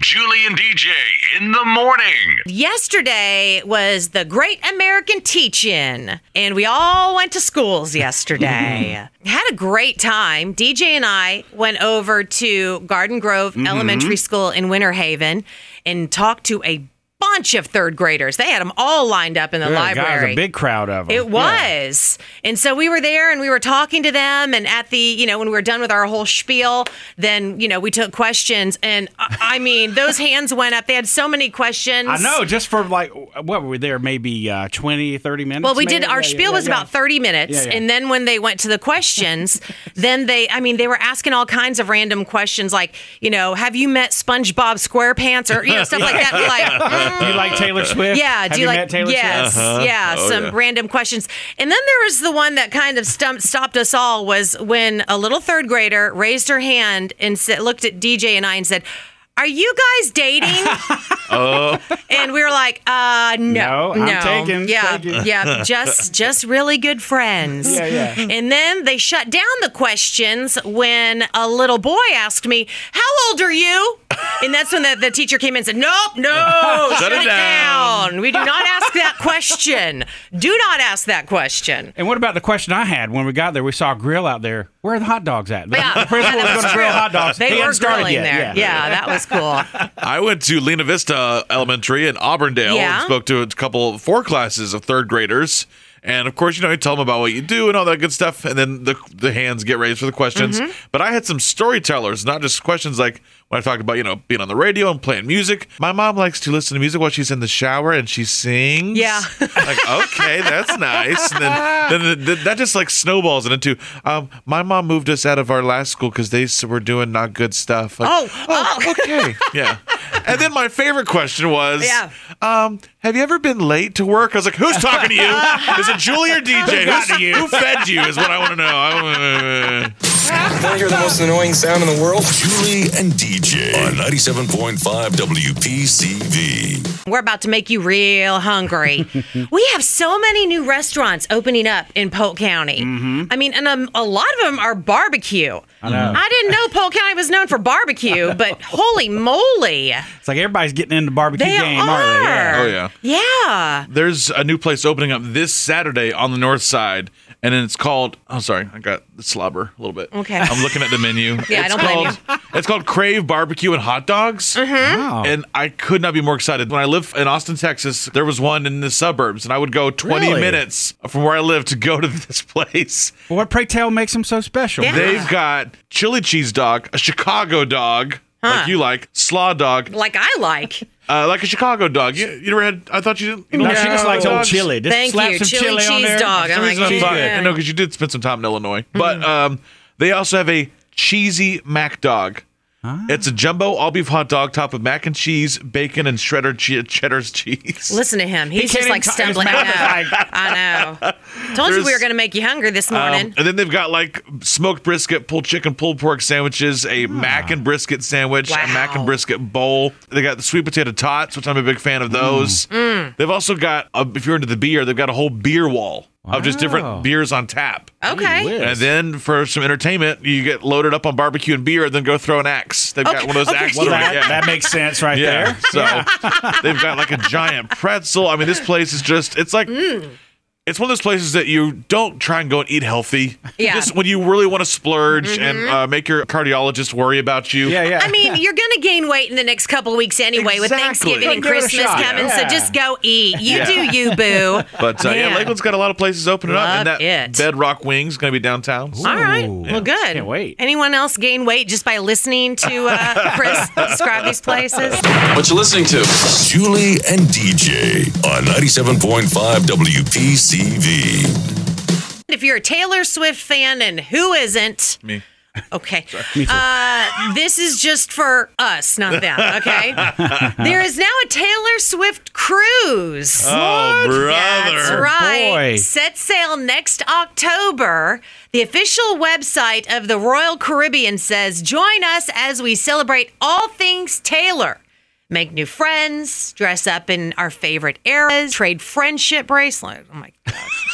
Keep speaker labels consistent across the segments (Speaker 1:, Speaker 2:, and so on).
Speaker 1: Julie and DJ in the morning.
Speaker 2: Yesterday was the Great American Teach-In, and we all went to schools yesterday. Had a great time. DJ and I went over to Garden Grove
Speaker 3: Mm-hmm.
Speaker 2: Elementary School in Winter Haven and talked to a bunch of third graders. They had them all lined up in the
Speaker 3: Yeah, God, it was
Speaker 2: library.
Speaker 3: a big crowd of them.
Speaker 2: It was. And so we were there and we were talking to them. And at the, you know, when we were done with our whole spiel, then, you know, we took questions. And I, I mean, those hands went up. They had so many questions.
Speaker 3: I know, just for like, what were we there? Maybe uh, 20, 30 minutes?
Speaker 2: Well, we
Speaker 3: maybe?
Speaker 2: did our
Speaker 3: Yeah, yeah,
Speaker 2: spiel
Speaker 3: yeah,
Speaker 2: was
Speaker 3: yeah.
Speaker 2: about 30 minutes.
Speaker 3: Yeah, yeah.
Speaker 2: And then when they went to the questions, then they, I mean, they were asking all kinds of random questions like, you know, have you met SpongeBob SquarePants or, you know, stuff like that. We're like,
Speaker 3: Do you like Taylor Swift?
Speaker 2: Yeah.
Speaker 3: Have
Speaker 2: do you, like?
Speaker 3: met Taylor
Speaker 2: yes.
Speaker 1: Uh-huh.
Speaker 3: Swift? Uh-huh. Oh,
Speaker 2: Yeah. some random questions, and then there was the one that kind of stumped, stopped us all was when a little third grader raised her hand and said, looked at DJ and I and said. Are you guys dating? and we were like, uh, no,
Speaker 3: Oh. No, I'm taken,
Speaker 2: yeah,
Speaker 3: taken.
Speaker 2: yeah, just, just really good friends.
Speaker 3: Yeah, yeah.
Speaker 2: And then they shut down the questions when a little boy asked me, "How old are you?" And that's when the, the teacher came in and said, "Nope, no, shut,
Speaker 1: it
Speaker 2: it down. We do not ask that question. Do not ask that question."
Speaker 3: And what about the question I had when we got there? We saw a grill out there. Where are the hot dogs at? The-
Speaker 2: Yeah,
Speaker 3: the principal
Speaker 2: yeah, that's
Speaker 3: was going to grill
Speaker 2: true.
Speaker 3: hot dogs.
Speaker 2: They
Speaker 3: He
Speaker 2: were
Speaker 3: hadn't started
Speaker 2: grilling
Speaker 3: yet.
Speaker 2: there. Yeah. that was cool.
Speaker 1: I went to Lena Vista Elementary in Auburndale
Speaker 2: Yeah.
Speaker 1: and spoke to a couple, four classes of third graders. And of course, you know, you tell them about what you do and all that good stuff. And then the, the hands get raised for the questions.
Speaker 2: Mm-hmm.
Speaker 1: But I had some storytellers, not just questions like when I talked about, you know, being on the radio and playing music. My mom likes to listen to music while she's in the shower and she sings.
Speaker 2: Yeah.
Speaker 1: like, okay, that's nice. And then, then th- th- that just like snowballs it into, um, my mom moved us out of our last school because they s- were doing not good stuff. Like,
Speaker 2: Oh,
Speaker 1: oh, okay. yeah. And then my favorite question was,
Speaker 2: Yeah.
Speaker 1: um, have you ever been late to work? I was like, who's talking to you? Is it Julie or DJ?
Speaker 3: got to you?
Speaker 1: Who fed you is what I want to know. I wanna-
Speaker 4: Want to hear the most annoying sound in the world?
Speaker 5: Julie and DJ on 97.5 WPCV.
Speaker 2: We're about to make you real hungry. we have so many new restaurants opening up in Polk County. I mean, and um, a lot of them are barbecue. I
Speaker 3: know.
Speaker 2: didn't know Polk County was known for barbecue, but holy moly,
Speaker 3: It's like everybody's getting into the barbecue
Speaker 2: they
Speaker 3: game,
Speaker 2: are.
Speaker 3: aren't they? Yeah.
Speaker 1: Oh, yeah.
Speaker 2: Yeah.
Speaker 1: There's a new place opening up this Saturday on the north side, and it's called. I'm sorry, I got the slobber a little bit.
Speaker 2: Okay.
Speaker 1: I'm looking at the menu.
Speaker 2: Yeah, I
Speaker 1: it's
Speaker 2: don't Mm-hmm. blame
Speaker 1: called, It's called Crave Barbecue and Hot Dogs.
Speaker 3: Wow.
Speaker 2: Hmm?
Speaker 1: And I could not be more excited. When I lived in Austin, Texas, there was one in the suburbs, and I would go 20
Speaker 3: Really?
Speaker 1: minutes from where I live to go to this place.
Speaker 3: Well, what pray tell makes them so special?
Speaker 2: Yeah.
Speaker 1: They've got chili cheese dog, a Chicago dog, like you like, slaw dog,
Speaker 2: Like I like.
Speaker 1: uh, like a Chicago dog. You, you ever had? I thought you didn't. You
Speaker 3: No,
Speaker 1: like
Speaker 3: she just
Speaker 1: Chicago
Speaker 3: likes old
Speaker 1: dogs?
Speaker 3: chili. Just
Speaker 2: Thank
Speaker 3: slap
Speaker 2: you.
Speaker 3: some
Speaker 2: Chili
Speaker 3: chili, on
Speaker 2: cheese
Speaker 3: there.
Speaker 2: dog. I'm
Speaker 1: For some
Speaker 2: like,
Speaker 1: reason I'm
Speaker 2: yeah.
Speaker 1: sorry. I know because you did spend some time in Illinois,
Speaker 3: Hmm.
Speaker 1: but um, they also have a cheesy mac dog.
Speaker 3: Ah.
Speaker 1: It's a jumbo all beef hot dog topped with mac and cheese, bacon, and shredded che- cheddar's cheese.
Speaker 2: Listen to him. He's
Speaker 3: can't
Speaker 2: just
Speaker 3: even
Speaker 2: like
Speaker 3: talk- his
Speaker 2: stumbling.
Speaker 3: mouth is
Speaker 2: I know.
Speaker 3: like-
Speaker 2: I know. Told you we
Speaker 1: There's-
Speaker 2: were going to make you hungry this morning.
Speaker 1: Um, and then they've got like smoked brisket, pulled chicken, pulled pork sandwiches, a mac and brisket sandwich, a mac
Speaker 2: Wow.
Speaker 1: and brisket bowl. They got the sweet potato tots, which I'm a big fan of those. They've also got, uh if you're into the beer, they've got a whole beer wall of just
Speaker 3: Wow.
Speaker 1: different beers on tap.
Speaker 2: okay.
Speaker 3: Gee whiz.
Speaker 1: And then for some entertainment, you get loaded up on barbecue and beer, then go throw an axe. They've got
Speaker 2: Okay,
Speaker 1: one of those
Speaker 2: okay.
Speaker 1: axe
Speaker 3: Well,
Speaker 1: throwing-
Speaker 3: that,
Speaker 1: yeah.
Speaker 3: that makes sense right
Speaker 1: Yeah,
Speaker 3: there.
Speaker 1: so they've got like a giant pretzel. I mean, this place is just, it's like,
Speaker 2: Mm.
Speaker 1: it's one of those places that you don't try and go and eat healthy.
Speaker 2: Yeah. Mm-hmm.
Speaker 1: Just when you really want to splurge and uh, make your cardiologist worry about you.
Speaker 3: Yeah, yeah.
Speaker 2: I mean, you're going to gain weight in the next couple of weeks anyway with
Speaker 1: Exactly.
Speaker 2: Thanksgiving
Speaker 1: Go
Speaker 2: and
Speaker 3: give it a
Speaker 2: Christmas
Speaker 3: shot.
Speaker 2: coming. So
Speaker 3: Yeah.
Speaker 2: just go eat. You
Speaker 1: Yeah.
Speaker 2: do you, boo.
Speaker 1: But uh, yeah,
Speaker 2: Man.
Speaker 1: Lakeland's got a lot of places opening
Speaker 2: Love
Speaker 1: up, and that
Speaker 2: it.
Speaker 1: Bedrock Wings going to be downtown.
Speaker 2: All right.
Speaker 3: Ooh.
Speaker 2: Well, good.
Speaker 3: Can't wait.
Speaker 2: Anyone else gain weight just by listening to uh, Chris describe these places?
Speaker 4: What you listening to?
Speaker 5: Julie and DJ on 97.5 WPCV.
Speaker 2: If you're a Taylor Swift fan, and who isn't?
Speaker 1: Me.
Speaker 2: Okay. Uh, this is just for us, not them. Okay. there is now a Taylor Swift cruise.
Speaker 1: Oh, brother.
Speaker 2: That's right.
Speaker 3: Boy.
Speaker 2: Set sail next October. The official website of the Royal Caribbean says join us as we celebrate all things Taylor. Make new friends, dress up in our favorite eras, trade friendship bracelets. Oh my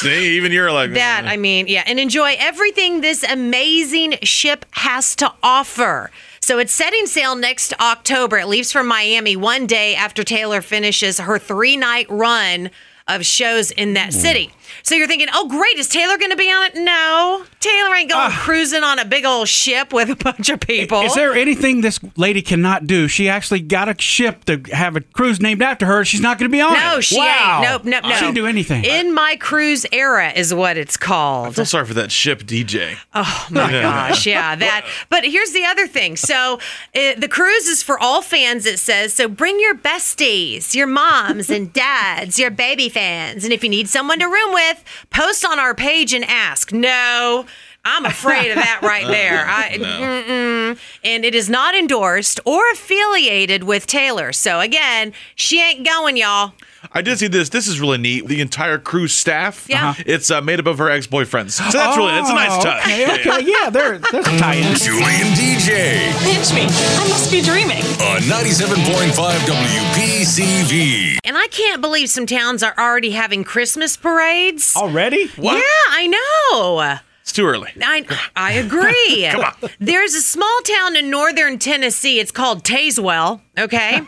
Speaker 1: See, even you're like,
Speaker 2: that I mean, yeah, and enjoy everything this amazing ship has to offer. So it's setting sail next October. It leaves for Miami one day after Taylor finishes her three night run of shows in that
Speaker 3: Hmm.
Speaker 2: city. So you're thinking, oh, great, is Taylor going to be on it? No, Taylor ain't going cruising on a big old ship with a bunch of people.
Speaker 3: Ah. Is there anything this lady cannot do? She actually got a ship to have a cruise named after her. She's not going to be on it.
Speaker 2: no, she
Speaker 3: wow.
Speaker 2: ain't. Nope, nope, no.
Speaker 3: She can do anything.
Speaker 2: In my cruise era is what it's called.
Speaker 1: feel sorry for that ship DJ.
Speaker 2: Oh, my gosh, yeah, that. But here's the other thing. So uh, the cruise is for all fans. It says so. Bring your besties, your moms and dads, your baby fans, and if you need someone to room with, post on our page and ask. No. I'm afraid of that right there. I, mm-mm. And it is not endorsed or affiliated with Taylor. So again, she ain't going, y'all.
Speaker 1: I did see this. This is really neat. The entire crew staff.
Speaker 2: Yeah. Uh-huh. Oh,
Speaker 1: It's uh, made up of her ex boyfriends. So that's really that's a nice touch.
Speaker 3: Oh, Okay, okay. yeah, there, there's a tie in.
Speaker 5: Julie and DJ
Speaker 6: pinch me. I must be dreaming.
Speaker 5: on 97.5 WPCV.
Speaker 2: And I can't believe some towns are already having Christmas parades.
Speaker 3: Oh, Already?
Speaker 2: Yeah, I know.
Speaker 1: It's too early.
Speaker 2: I, I agree. Come on. There's a small town in northern Tennessee. It's called Tazewell, okay?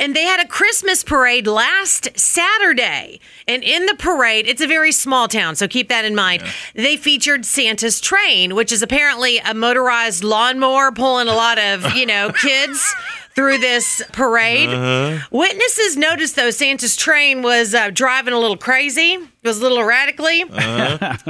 Speaker 2: and they had a Christmas parade last Saturday. And in the parade, it's a very small town, so keep that in mind. They featured Santa's train, which is apparently a motorized lawnmower pulling a lot of, you know, kids. Through this parade, Uh-huh. witnesses noticed though Santa's train was uh, driving a little crazy, it was a little erratically.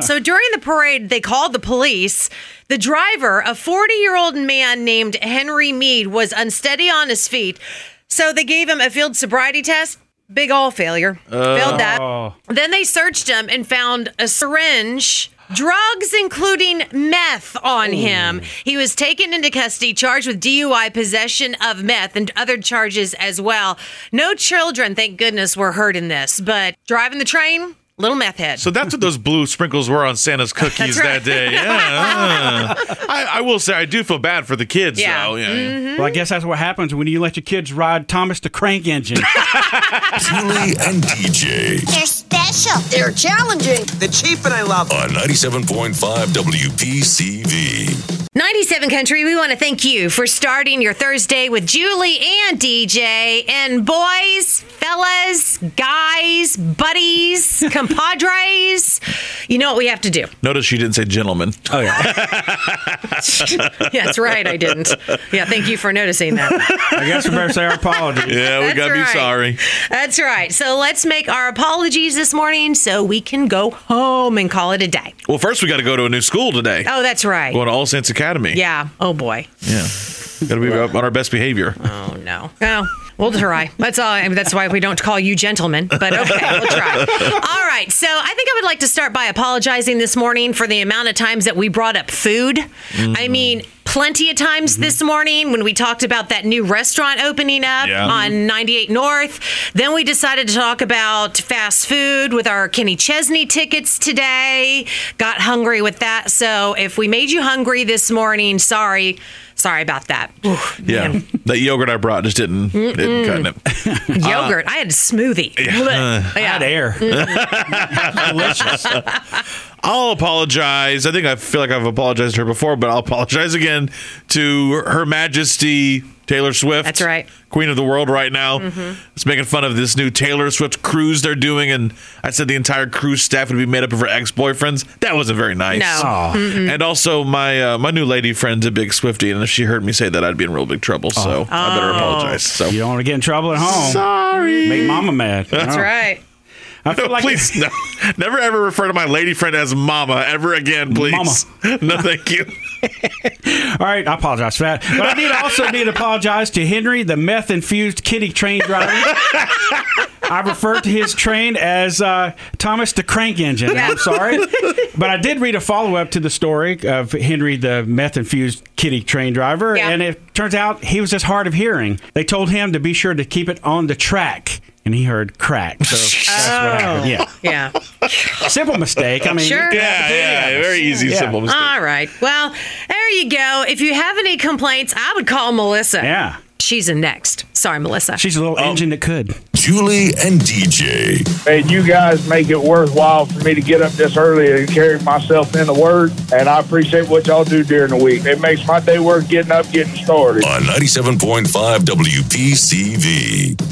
Speaker 2: So during the parade, they called the police. The driver, a 40 year old man named Henry Mead, was unsteady on his feet. So they gave him a field sobriety test. Big ol' failure. Failed that. Then they searched him and found a syringe. Drugs, including meth, on him. He was taken into custody, charged with DUI, possession of meth, and other charges as well. No children, thank goodness, were hurt in this, but driving the train, little meth head.
Speaker 1: So that's what those blue sprinkles were on Santa's cookies
Speaker 2: right.
Speaker 1: that day. Yeah. I, I will say I do feel bad for the kids
Speaker 2: Yeah. Mm-hmm.
Speaker 1: though. Yeah.
Speaker 3: Well, I guess that's what happens when you let your kids ride Thomas the Crank Engine.
Speaker 5: Julie and DJ
Speaker 7: They're special. They're challenging.
Speaker 4: The chief and I love
Speaker 5: on 97.5 WPCV.
Speaker 2: 97 Country, we want to thank you for starting your Thursday with Julie and DJ. And boys, fellas, guys, buddies, compadres, you know what we have to do.
Speaker 1: Notice she didn't say gentlemen.
Speaker 3: oh, yeah.
Speaker 2: Yeah, that's right, I didn't. Yeah, thank you for noticing that.
Speaker 3: I guess we better say our apologies.
Speaker 1: Yeah, we
Speaker 2: That's
Speaker 1: gotta
Speaker 2: right.
Speaker 1: be sorry.
Speaker 2: That's right. So let's make our apologies this morning so we can go home and call it a day.
Speaker 1: Well, first we gotta go to a new school today.
Speaker 2: Oh, that's
Speaker 1: Going
Speaker 2: right.
Speaker 1: to All Saints Academy.
Speaker 2: Yeah. Oh, boy.
Speaker 1: Yeah. Gotta be up on our best behavior.
Speaker 2: Oh no. Oh, we'll try. That's all. I mean, that's why we don't call you gentlemen. But okay, we'll try. All right. So I think I would like to start by apologizing this morning for the amount of times that we brought up food. I mean. Plenty of times this morning when we talked about that new restaurant opening up
Speaker 1: Yeah.
Speaker 2: on 98 North. Then we decided to talk about fast food with our Kenny Chesney tickets today. Got hungry with that. So if we made you hungry this morning, sorry. Sorry about that. Oof,
Speaker 1: Yeah. That yogurt I brought just didn't didn't cut it.
Speaker 3: Uh,
Speaker 2: yogurt. I had a smoothie. Blech. Yeah.
Speaker 3: Hot Uh, air. Delicious.
Speaker 1: I'll apologize. I think I feel like I've apologized to her before, but I'll apologize again to Her Majesty Taylor Swift.
Speaker 2: That's right. Mm-hmm.
Speaker 1: Queen of the world right now. It's making fun of this new Taylor Swift cruise they're doing. And I said the entire cruise staff would be made up of her ex boyfriends. That wasn't very nice.
Speaker 2: No.
Speaker 3: Oh,
Speaker 1: And also, my uh, my new lady friend's a big Swifty. And if she heard me say that, I'd be in real big trouble.
Speaker 2: Oh.
Speaker 1: So I better apologize. So
Speaker 3: You don't want to get in trouble at home. Sorry. Make mama mad. Oh.
Speaker 2: That's right.
Speaker 3: I feel
Speaker 1: No,
Speaker 3: like
Speaker 1: please, no. never ever refer to my lady friend as mama ever again, please.
Speaker 3: Mama.
Speaker 1: No, thank you.
Speaker 3: All right, I apologize for that. But I need also need to apologize to Henry, the meth infused kitty train driver. I referred to his train as uh, Thomas the Crank Engine. I'm sorry. But I did read a follow up to the story of Henry, the meth infused kitty train driver.
Speaker 2: Yeah.
Speaker 3: And it turns out he was just hard of hearing. They told him to be sure to keep it on the track. And he heard crack. So that's what happened. Yeah.
Speaker 2: Yeah.
Speaker 3: Simple mistake. I mean,
Speaker 2: Oh. Sure.
Speaker 3: it could happen to
Speaker 1: Yeah,
Speaker 3: any of
Speaker 1: yeah,
Speaker 3: us.
Speaker 1: very easy,
Speaker 3: Yeah.
Speaker 1: simple mistake.
Speaker 2: All right. Well, there you go. If you have any complaints, I would call Melissa.
Speaker 3: Yeah.
Speaker 2: She's in next. Sorry, Melissa.
Speaker 3: She's a little engine that could.
Speaker 5: Julie and DJ.
Speaker 8: And you guys make it worthwhile for me to get up this early and carry myself in the word. And I appreciate what y'all do during the week. It makes my day worth getting up, getting started.
Speaker 5: On 97.5 WPCV.